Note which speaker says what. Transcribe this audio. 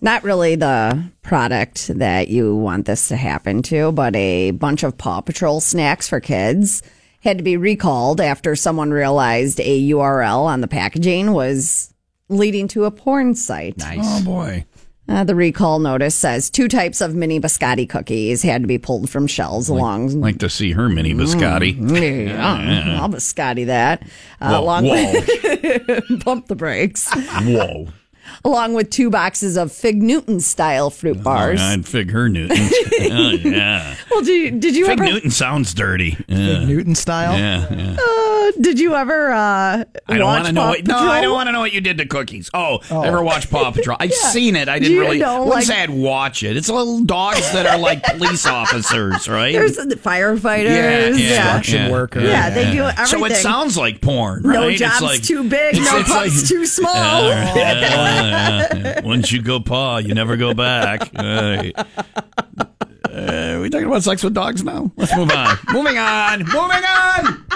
Speaker 1: not really the product that you want this to happen to, but a bunch of Paw Patrol snacks for kids had to be recalled after someone realized a URL on the packaging was leading to a porn site.
Speaker 2: Nice.
Speaker 3: Oh, boy.
Speaker 1: Uh, the recall notice says two types of mini biscotti cookies had to be pulled from shelves along.
Speaker 3: Like to see her mini biscotti.
Speaker 1: Mm. Yeah, I'll biscotti that. Uh,
Speaker 3: Whoa,
Speaker 1: along
Speaker 3: whoa,
Speaker 1: with pump the brakes,
Speaker 3: whoa.
Speaker 1: along with two boxes of Fig Newton style fruit bars.
Speaker 3: I'd fig her Newton. oh, yeah.
Speaker 1: Well, do you, did you
Speaker 3: Fig
Speaker 1: ever
Speaker 3: Newton sounds dirty. Yeah,
Speaker 4: Newton style.
Speaker 3: yeah, yeah.
Speaker 1: did you ever uh,
Speaker 3: I
Speaker 1: watch
Speaker 3: don't want to know.
Speaker 1: Paw
Speaker 3: What, no,
Speaker 1: Patrol?
Speaker 3: I don't want to know what you did to cookies. Oh, ever watch Paw Patrol? I've seen it. I didn't
Speaker 1: You
Speaker 3: really.
Speaker 1: know,
Speaker 3: once
Speaker 1: like-
Speaker 3: I'd watch it. It's little dogs that are like police officers, right?
Speaker 1: There's the
Speaker 3: yeah, yeah,
Speaker 1: firefighters. Yeah,
Speaker 4: Construction
Speaker 3: yeah,
Speaker 4: worker.
Speaker 1: yeah. they do everything.
Speaker 3: So it sounds like porn,
Speaker 1: no
Speaker 3: right? It's
Speaker 1: job's
Speaker 3: like-
Speaker 1: too big,
Speaker 3: it's-
Speaker 1: no
Speaker 3: it's
Speaker 1: pup's
Speaker 3: like-
Speaker 1: too small.
Speaker 3: Yeah, yeah, yeah. Once you go paw, you never go back. Right. Uh, we talking about sex with dogs now? Let's move on. moving on. Moving on.